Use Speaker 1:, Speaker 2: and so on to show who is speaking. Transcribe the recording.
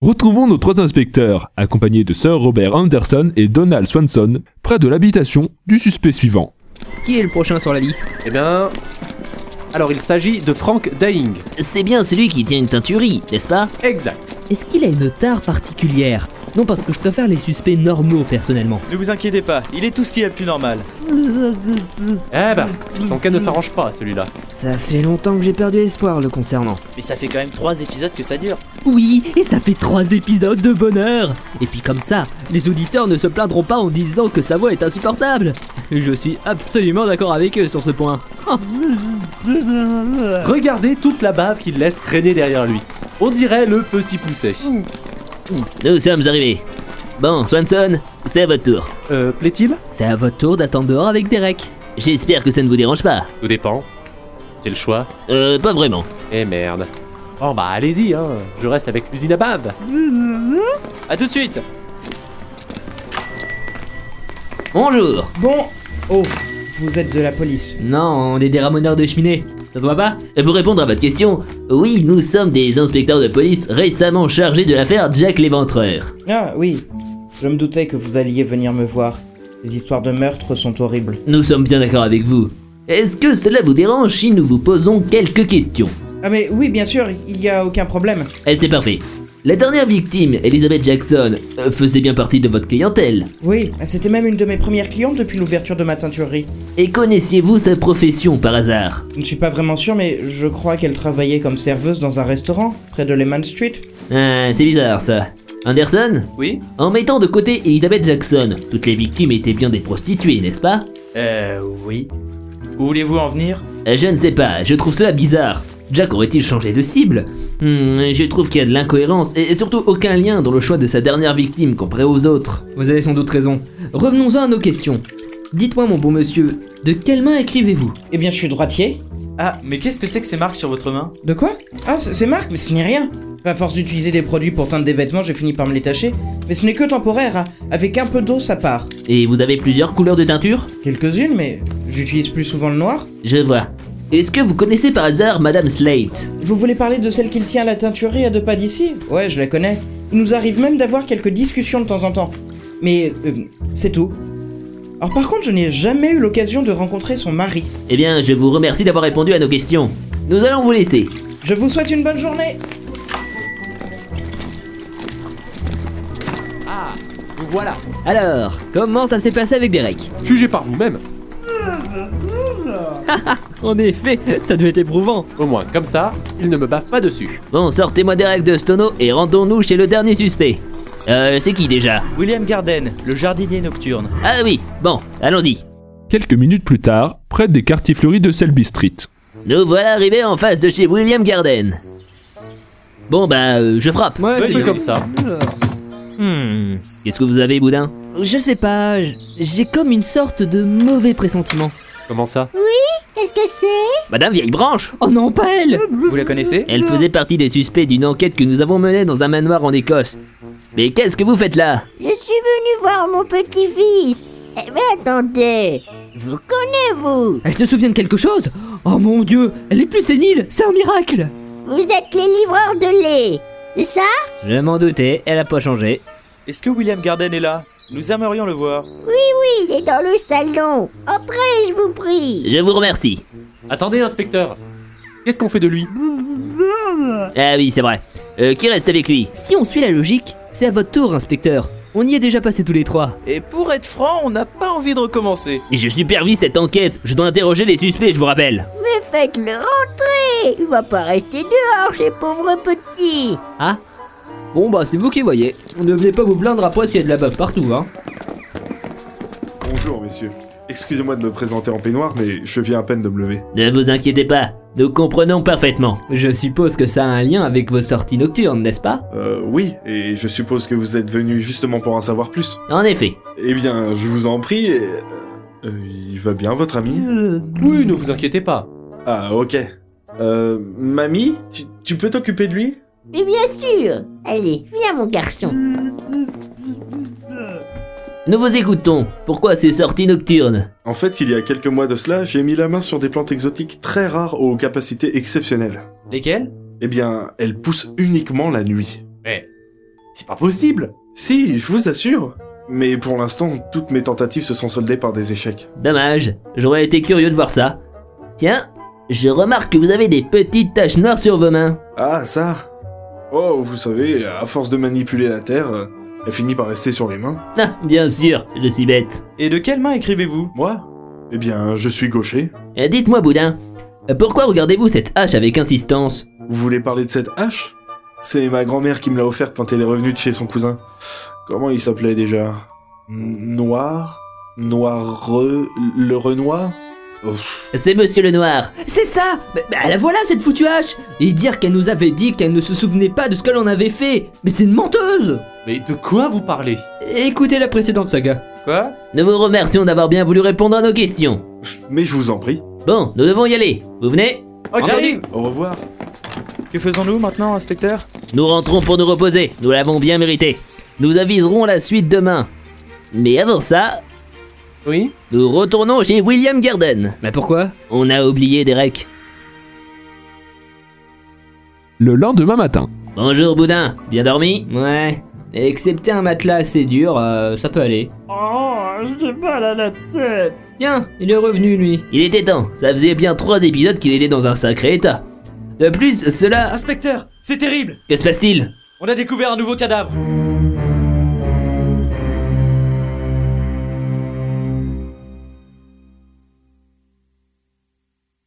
Speaker 1: Retrouvons nos trois inspecteurs, accompagnés de Sir Robert Anderson et Donald Swanson, près de l'habitation du suspect suivant.
Speaker 2: Qui est le prochain sur la liste
Speaker 3: Eh bien. Alors il s'agit de Frank Dying.
Speaker 4: C'est bien celui qui tient une teinturie, n'est-ce pas
Speaker 3: Exact.
Speaker 2: Est-ce qu'il a une tare particulière Non, parce que je préfère les suspects normaux personnellement.
Speaker 5: Ne vous inquiétez pas, il est tout ce qu'il y a de plus normal.
Speaker 3: Eh ben, son cas ne s'arrange pas celui-là.
Speaker 6: Ça fait longtemps que j'ai perdu espoir le concernant.
Speaker 5: Mais ça fait quand même trois épisodes que ça dure.
Speaker 2: Oui, et ça fait trois épisodes de bonheur Et puis comme ça, les auditeurs ne se plaindront pas en disant que sa voix est insupportable Je suis absolument d'accord avec eux sur ce point.
Speaker 3: Regardez toute la bave qu'il laisse traîner derrière lui. On dirait le petit pousset.
Speaker 4: Hmm, Nous sommes arrivés. Bon, Swanson, c'est à votre tour.
Speaker 3: Euh, plaît-il
Speaker 2: C'est à votre tour d'attendre dehors avec Derek.
Speaker 4: J'espère que ça ne vous dérange pas.
Speaker 3: Tout dépend. J'ai le choix.
Speaker 4: Euh, pas vraiment.
Speaker 3: Eh merde. Bon bah allez-y, hein. Je reste avec l'usine à bave.
Speaker 5: A tout de suite
Speaker 4: Bonjour
Speaker 7: Bon. Oh, vous êtes de la police.
Speaker 2: Non, on est des ramoneurs de cheminée. Ça te voit pas
Speaker 4: Et Euh, Pour répondre à votre question, oui, nous sommes des inspecteurs de police récemment chargés de l'affaire Jack l'Éventreur.
Speaker 7: Ah oui. Je me doutais que vous alliez venir me voir. Les histoires de meurtre sont horribles.
Speaker 4: Nous sommes bien d'accord avec vous. Est-ce que cela vous dérange si nous vous posons quelques questions
Speaker 7: Ah mais oui, bien sûr, il y a aucun problème.
Speaker 4: Eh, c'est parfait. La dernière victime, Elizabeth Jackson, euh, faisait bien partie de votre clientèle.
Speaker 7: Oui, bah, c'était même une de mes premières clientes depuis l'ouverture de ma teinturerie.
Speaker 4: Et connaissiez-vous sa profession par hasard
Speaker 7: Je ne suis pas vraiment sûr, mais je crois qu'elle travaillait comme serveuse dans un restaurant près de Lehman Street.
Speaker 4: Ah, c'est bizarre ça. Anderson
Speaker 5: Oui
Speaker 4: En mettant de côté Elizabeth Jackson, toutes les victimes étaient bien des prostituées, n'est-ce pas
Speaker 5: Euh, oui. Où voulez-vous en venir
Speaker 4: Euh, Je ne sais pas, je trouve cela bizarre. Jack aurait-il changé de cible Hmm, Je trouve qu'il y a de l'incohérence et et surtout aucun lien dans le choix de sa dernière victime comparé aux autres.
Speaker 2: Vous avez sans doute raison. Revenons-en à nos questions. Dites-moi, mon bon monsieur, de quelle main écrivez-vous
Speaker 7: Eh bien, je suis droitier.
Speaker 5: Ah, mais qu'est-ce que c'est que ces marques sur votre main
Speaker 7: De quoi Ah, c'est c'est marque, mais ce n'est rien. À force d'utiliser des produits pour teindre des vêtements, j'ai fini par me les tacher. Mais ce n'est que temporaire, hein, avec un peu d'eau, ça part.
Speaker 4: Et vous avez plusieurs couleurs de teinture
Speaker 7: Quelques-unes, mais j'utilise plus souvent le noir.
Speaker 4: Je vois. Est-ce que vous connaissez par hasard Madame Slate
Speaker 7: Vous voulez parler de celle qui tient la teinturerie à deux pas d'ici Ouais, je la connais. Il nous arrive même d'avoir quelques discussions de temps en temps. Mais euh, c'est tout. Alors par contre, je n'ai jamais eu l'occasion de rencontrer son mari.
Speaker 4: Eh bien, je vous remercie d'avoir répondu à nos questions. Nous allons vous laisser.
Speaker 7: Je vous souhaite une bonne journée
Speaker 3: Vous voilà.
Speaker 2: Alors, comment ça s'est passé avec Derek
Speaker 3: Jugez par vous-même.
Speaker 2: En effet, ça devait être éprouvant.
Speaker 3: Au moins, comme ça, il ne me bave pas dessus.
Speaker 4: Bon, sortez-moi des règles de Stono et rendons-nous chez le dernier suspect. Euh, c'est qui déjà
Speaker 5: William Garden, le jardinier nocturne.
Speaker 4: Ah oui, bon, allons-y.
Speaker 1: Quelques minutes plus tard, près des quartiers fleuris de Selby Street.
Speaker 4: Nous voilà arrivés en face de chez William Garden. Bon bah, euh, je frappe.
Speaker 2: Ouais,
Speaker 3: Bonne idée. comme ça.
Speaker 4: Hmm, qu'est-ce que vous avez, Boudin
Speaker 2: Je sais pas, j- j'ai comme une sorte de mauvais pressentiment.
Speaker 3: Comment ça
Speaker 8: Qu'est-ce que c'est
Speaker 4: Madame Vieille Branche
Speaker 2: Oh non, pas elle
Speaker 5: Vous la connaissez
Speaker 4: Elle faisait partie des suspects d'une enquête que nous avons menée dans un manoir en Écosse. Mais qu'est-ce que vous faites là
Speaker 8: Je suis venue voir mon petit-fils. Eh mais attendez, je vous connais vous
Speaker 2: Elle se souvient de quelque chose Oh mon dieu, elle est plus sénile, c'est un miracle
Speaker 8: Vous êtes les livreurs de lait, c'est ça
Speaker 4: Je m'en doutais, elle a pas changé.
Speaker 5: Est-ce que William Garden est là Nous aimerions le voir.
Speaker 8: Oui, il est dans le salon. Entrez, je vous prie.
Speaker 4: Je vous remercie.
Speaker 3: Attendez, inspecteur. Qu'est-ce qu'on fait de lui
Speaker 4: Ah oui, c'est vrai. Euh, qui reste avec lui
Speaker 2: Si on suit la logique, c'est à votre tour, inspecteur. On y est déjà passé tous les trois.
Speaker 5: Et pour être franc, on n'a pas envie de recommencer.
Speaker 4: Je supervise cette enquête. Je dois interroger les suspects, je vous rappelle.
Speaker 8: Mais faites-le rentrer. Il va pas rester dehors, ces pauvres petits.
Speaker 2: Bon bah, c'est vous qui voyez. On ne venez pas vous plaindre après s'il y a de la bave partout, hein.
Speaker 9: Bonjour messieurs. Excusez-moi de me présenter en peignoir, mais je viens à peine de me lever.
Speaker 4: Ne vous inquiétez pas, nous comprenons parfaitement.
Speaker 2: Je suppose que ça a un lien avec vos sorties nocturnes, n'est-ce pas
Speaker 9: Euh, oui, et je suppose que vous êtes venus justement pour en savoir plus.
Speaker 4: En effet.
Speaker 9: Eh bien, je vous en prie. et- Euh, il va bien, votre ami
Speaker 3: Oui, ne vous inquiétez pas.
Speaker 9: Ah, ok. Euh, mamie, tu, tu peux t'occuper de lui
Speaker 8: Mais bien sûr. Allez, viens mon garçon.
Speaker 4: Nous vous écoutons. Pourquoi ces sorties nocturnes
Speaker 9: En fait, il y a quelques mois de cela, j'ai mis la main sur des plantes exotiques très rares aux capacités exceptionnelles.
Speaker 5: Lesquels
Speaker 9: Eh bien, elles poussent uniquement la nuit.
Speaker 3: C'est pas possible
Speaker 9: Si, je vous assure. Mais pour l'instant, toutes mes tentatives se sont soldées par des échecs.
Speaker 4: Dommage, j'aurais été curieux de voir ça. Tiens, je remarque que vous avez des petites taches noires sur vos mains.
Speaker 9: Ah, ça Oh, vous savez, à force de manipuler la Terre, euh, elle finit par rester sur les mains.
Speaker 4: Ah, bien sûr, je suis bête.
Speaker 5: Et de quelle main écrivez-vous
Speaker 9: Moi Eh bien, je suis gaucher.
Speaker 4: Euh, Dites-moi, Boudin, euh, pourquoi regardez-vous cette hache avec insistance
Speaker 9: Vous voulez parler de cette hache C'est ma grand-mère qui me l'a offerte quand elle est revenue de chez son cousin. Comment il s'appelait déjà N- Noir Noireux Le Renoir Ouf.
Speaker 4: C'est Monsieur le Noir.
Speaker 2: C'est ça Mais- mais la voilà cette foutue hache Et dire qu'elle nous avait dit qu'elle ne se souvenait pas de ce que l'on avait fait Mais c'est une menteuse
Speaker 3: Mais de quoi vous parlez
Speaker 2: Écoutez la précédente saga.
Speaker 5: Quoi
Speaker 4: Nous vous remercions d'avoir bien voulu répondre à nos questions.
Speaker 9: Mais je vous en prie.
Speaker 4: Bon, nous devons y aller. Vous venez
Speaker 5: Ok, j'arrive
Speaker 9: Au revoir.
Speaker 5: Que faisons-nous maintenant, inspecteur
Speaker 4: Nous rentrons pour nous reposer. Nous l'avons bien mérité. Nous aviserons la suite demain. Mais avant ça,
Speaker 5: Oui
Speaker 4: nous retournons chez William Garden.
Speaker 2: Mais pourquoi
Speaker 4: On a oublié Derek.
Speaker 1: Le lendemain matin,
Speaker 4: Bonjour Boudin, bien dormi Ouais, excepté un matelas assez dur, euh, ça peut aller.
Speaker 2: Tiens, il est revenu lui.
Speaker 4: Il était temps, ça faisait bien trois épisodes qu'il était dans un sacré état. De plus, cela...
Speaker 5: Inspecteur C'est terrible
Speaker 4: Que se passe-t-il
Speaker 5: On a découvert un nouveau cadavre